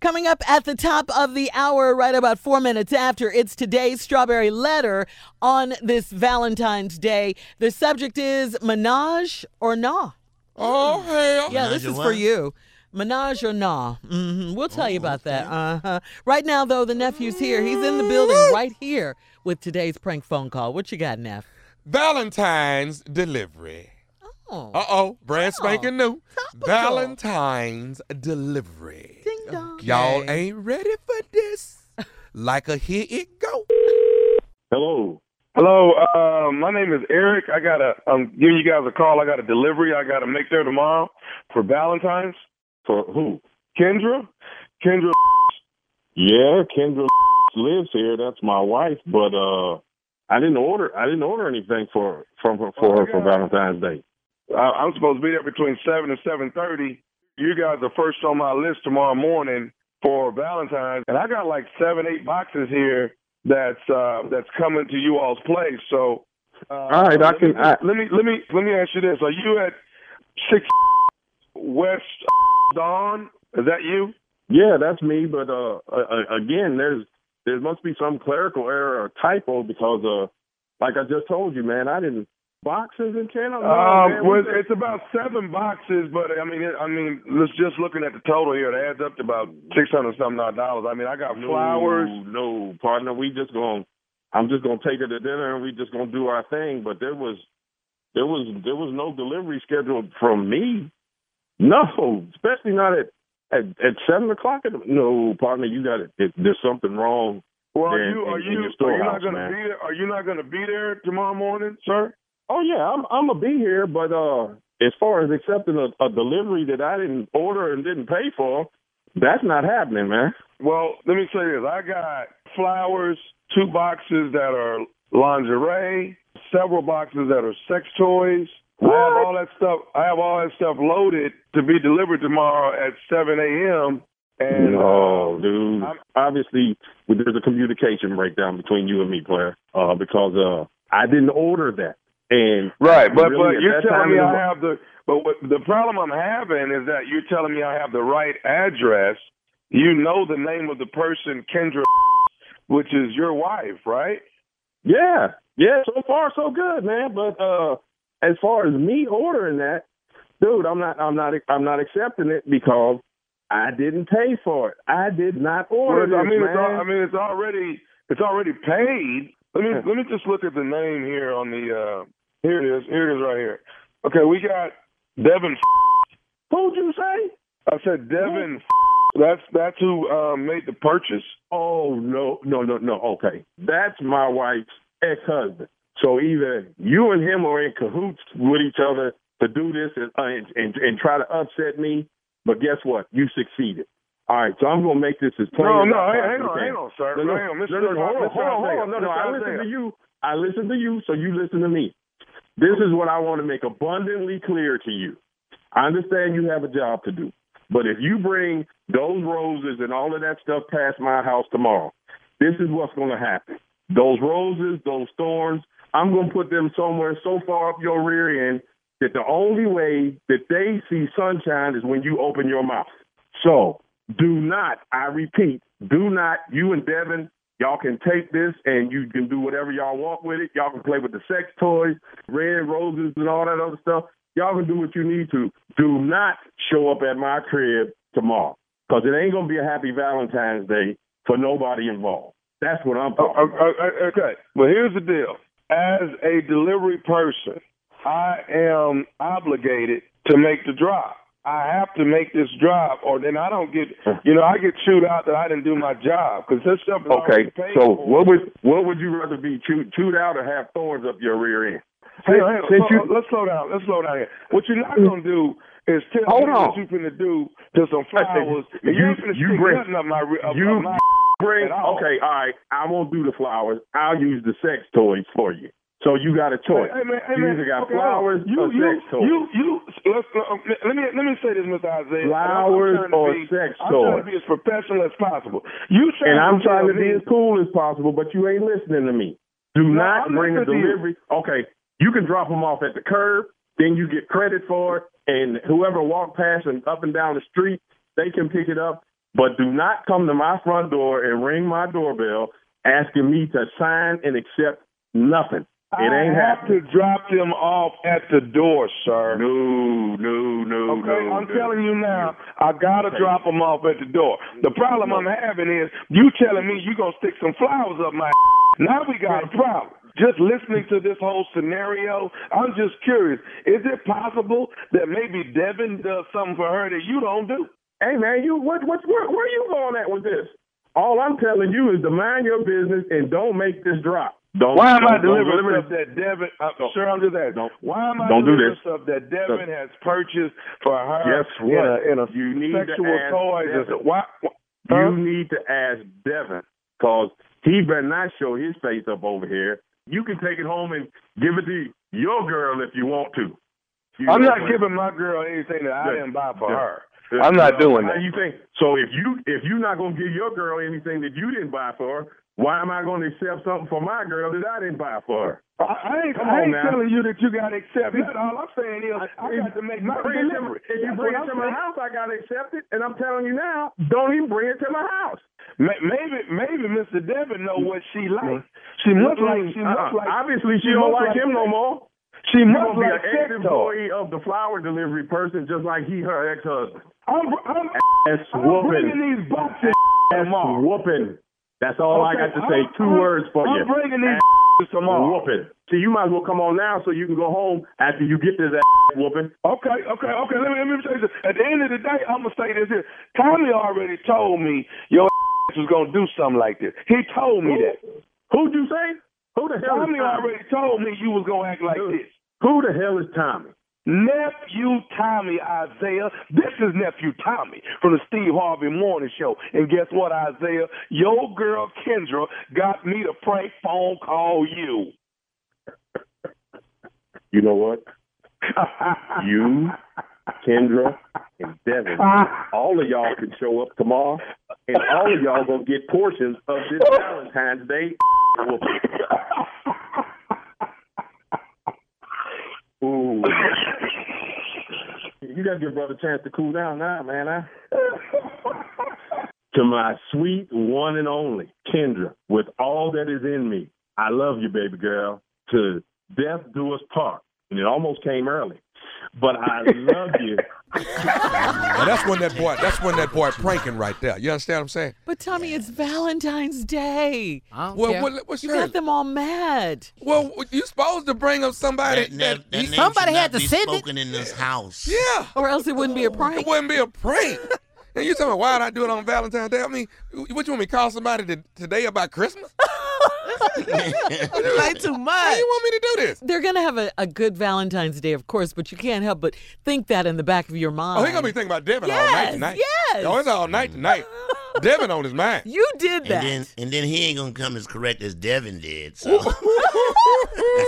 Coming up at the top of the hour, right about four minutes after, it's today's strawberry letter on this Valentine's Day. The subject is menage or nah. Oh hell. Yeah, this Menage or is for what? Oh, you. Menage or nah? hmm We'll tell you about that. Uh-huh. Right now, though, the nephew's here. He's in the building right here with today's prank phone call. What you got, Neff? Valentine's delivery. Oh, Uh oh, brand spanking new. Topical. Valentine's delivery. ding dong. Y'all ain't ready for this. Like a here it go. Hello. Hello. Uh, my name is Eric. I got a. I'm giving you guys a call. I got a delivery. I got to make there tomorrow for Valentine's. For who? Kendra. Kendra. Yeah, Kendra lives here. That's my wife. But uh, I didn't order. I didn't order anything for from her for her for Valentine's Day. I, I'm supposed to be there between seven and seven thirty. You guys are first on my list tomorrow morning for Valentine's, and I got like seven, eight boxes here that's uh, that's coming to you all's place. So, uh, all right, I can- I- let me let me let me ask you this: Are you at six West Dawn? Is that you? Yeah, that's me. But uh, uh, again, there's there must be some clerical error or typo because uh, like I just told you, man, I didn't boxes and channels. Um, well, it's about seven boxes, but I mean, it, I mean, let's just looking at the total here. It adds up to about six hundred something odd dollars. I mean, I got flowers. No, no, partner, we just going. I'm just gonna take her to dinner and we just gonna do our thing. But there was, there was, there was no delivery scheduled from me. No, especially not at at, at seven o'clock. In the, no, partner, you got it. it. There's something wrong. Well, are in- you are in- in you your are you storehouse, not going to man. be there? Are you not going to be there tomorrow morning, sir? Oh yeah, I'm I'm gonna be here, but uh, as far as accepting a, a delivery that I didn't order and didn't pay for, that's not happening, man. Well, let me say this. I got flowers, two boxes that are lingerie, several boxes that are sex toys. I have What? all that stuff. I have all that stuff loaded to be delivered tomorrow at seven a.m. And uh, No, dude. I'm- uh, Obviously, there's a communication breakdown between you and me, player, uh, because uh, I didn't order that, and Right, but really, but at you're that time telling me in the I mo- have the but what, the problem I'm having is that you're telling me I have the right address. You know the name of the person, Kendra, which is your wife, right? Yeah, yeah. So far, so good, man. But uh, as far as me ordering that, dude, I'm not, I'm not, I'm not accepting it because I didn't pay for it. I did not order. Well, I this, mean, man. it's al- I mean, it's already it's already paid. Let me let me just look at the name here on the uh here it is here it is right here. Okay, we got Devin. Who'd you say? I said Devin. That's that's who uh, made the purchase. Oh no, no, no, no. Okay, that's my wife's ex-husband. So either you and him are in cahoots with each other to do this and uh, and, and, and try to upset me. But guess what? You succeeded. All right, so I'm gonna make this as plain. No, as no, I possibly hang, hang on, can. hang on, sir. No, no, hang on, no, Mr. no, hold on, Mr. hold on, hold Isaiah, on. No, no, Mr. I listen Isaiah. to you. I listen to you, so you listen to me. This is what I want to make abundantly clear to you. I understand you have a job to do, but if you bring those roses and all of that stuff past my house tomorrow, this is what's going to happen. Those roses, those thorns, I'm going to put them somewhere so far up your rear end that the only way that they see sunshine is when you open your mouth. So do not, I repeat, do not, you and Devin, y'all can take this and you can do whatever y'all want with it. Y'all can play with the sex toys, red roses, and all that other stuff. Y'all can do what you need to. Do not show up at my crib tomorrow because it ain't going to be a happy Valentine's Day for nobody involved. That's what I'm Oh, talking oh, about. oh, oh, okay. Well, here's the deal. As a delivery person, I am obligated to make the drop. I have to make this drop, or then I don't get, you know, I get chewed out that I didn't do my job because this stuff is Okay, already paid so for. what would what would you rather be chewed, chewed out or have thorns up your rear end? Hang on, hang on. Since Slow- uh, you- let's slow down. Let's slow down here. What you're not gonna do is tell Hold me on. what you're gonna do to some flowers. and You- ain't gonna you stick bring- nothing up my, re- up you- my Bring, at all. okay, all right. I won't do the flowers. I'll use the sex toys for you. So you got a choice. Hey, man, hey, you man, either got okay, flowers you, or you, sex toys. You, you, let's, um, let me let me say this, Mr. Isaiah. Flowers I'm trying to or be- sex I'm trying to toys. be as professional as possible. You trying and I'm to tell trying to be me- as cool as possible, but you ain't listening to me. Do No, not I'm bring a listening to you. delivery. Okay, you can drop them off at the curb, then you get credit for it, and whoever walk past and up and down the street, they can pick it up. But do not come to my front door and ring my doorbell asking me to sign and accept nothing. It ain't I have happening. to drop them off at the door, sir. No, no, no, Okay, no. I'm no. telling you now, I gotta Okay. drop them off at the door. The problem I'm having is you telling me you gonna stick some flowers up my. now we got a problem. Just listening to this whole scenario, I'm just curious. Is it possible that maybe Devin does something for her that you don't do? Hey man, you what what's where, where you going at with this? All I'm telling you is to mind your business and don't make this drop. Don't. Why am I don't- don't delivering deliver stuff this. that Devin? I'm Don't- sure I'm just asking. don't- Why am I don't do delivering this. stuff that Devin has purchased for her Guess in what? a, in a You need to sexual ask toys? and Devin. stuff? Why? why- huh? You need to ask Devin because he better not show his face up over here. You can take it home and give it to your girl if you want to. You I'm know not what? giving my girl anything that I Look, didn't buy for look, her. I'm not doing How that. you think? So if you if you're not gonna give your girl anything that you didn't buy for her, why am I gonna accept something for my girl that I didn't buy for her? I, I ain't, Come I on ain't now. telling you that you got to accept that. All I'm saying is I, got to make my bring it to- delivery. If you That's bring what it to I'm my saying. house, I gotta accept it. And I'm telling you now, don't even bring it to my house. Ma- Maybe, maybe Mr. Devin know what she likes. She must like. She must Mm-hmm. Uh-uh. like. Obviously, she, she don't must like like him no sex. more. She She must must be like an sex toys. ex-employee of the flower delivery person, just like he her ex-husband. I'm, I'm, Ass I'm bringing these boxes tomorrow. whooping. That's all I got Okay, to say. I'm- 2 I'm- words for I'm you. bringing these tomorrow. whooping. So you might as well come on now, so you can go home after you get this ass whooping. Okay, okay, okay. Let me let me tell you this. At the end of the day, I'm gonna say this here. Tommy already told me your ass was gonna do something like this. He told me that. Who'd you say? Who the hell Tommy is Tommy? already told me you was gonna act like this. Who the hell is Tommy? Nephew Tommy Isaiah. This is nephew Tommy from the Steve Harvey Morning Show. And guess what, Isaiah? Your girl Kendra got me to prank phone call you. You know what? You, Kendra, and Devin, all of y'all can show up tomorrow, and all of y'all gonna get portions of this Valentine's Day whooping. Ooh. You gotta give brother a chance to cool down now, man. I... to my sweet one and only Kendra, with all that is in me, I love you, baby girl. To death do us part, and it almost came early, but I love you. Now, that's when that boy. That's when that boy pranking right there. You understand what I'm saying? But Tommy, it's Valentine's Day. I don't Well, care. what, what's Oh, You your? got them all mad. Well, you supposed to bring up somebody That, that, that, that he- name Somebody should had not to be send it. spoken in this house. yeah. Or else it wouldn't be a prank. It wouldn't be a prank. and you talking about why would I do it on Valentine's Day? I mean, what you want me to call somebody to, today about Christmas? play too Why much. you want me to do this? They're going to have a, a good Valentine's Day, of course, but you can't help but think that in the back of your mind. Oh, he gonna be thinking about Devin all Yes, night tonight. yes. Oh, it's all night tonight. Devin on his mind. You did And that. then and then he ain't gonna come as correct as Devin did. So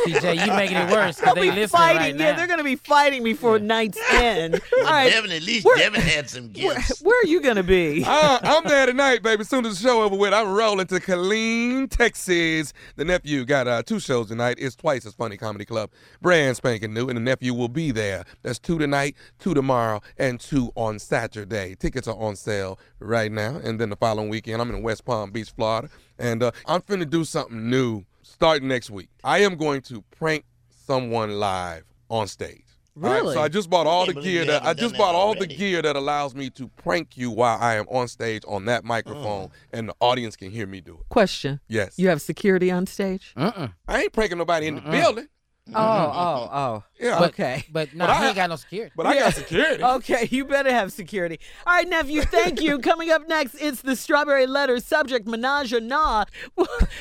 CJ, you making it worse because They'll they be listening fighting. right yeah, now. they're going to be fighting before night's end. All right. Devin, at least We're- Devin had some where, gifts. where are you going to be? Uh, I'm there tonight, baby. Soon as the show over with, I'm rolling to Killeen, Texas. The nephew got uh, two shows tonight. It's twice as funny comedy club, brand spanking new, and the nephew will be there. That's two tonight, two tomorrow, and two on Saturday. Tickets are on sale right now, and then the following weekend, I'm in West Palm Beach, Florida, and uh, I'm finna do something new starting next week. I am going to prank someone live on stage. All right, Really? so I just bought all can't the believe gear you that I haven't just done that bought all the already. gear gear that allows me to prank you while I am on stage on that Mm. microphone and the audience can hear me do it. Question. Yes. You have security on stage? Mm-mm. I ain't pranking nobody in the building. Oh, oh, oh. Yeah. But, Okay. But no, But I- he ain't got no security. But I got Oh, security. Okay, you better have security. All right, nephew, thank you. Coming up next, it's the strawberry letter subject, menage a nah.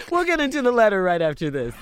We'll get into the letter right after this.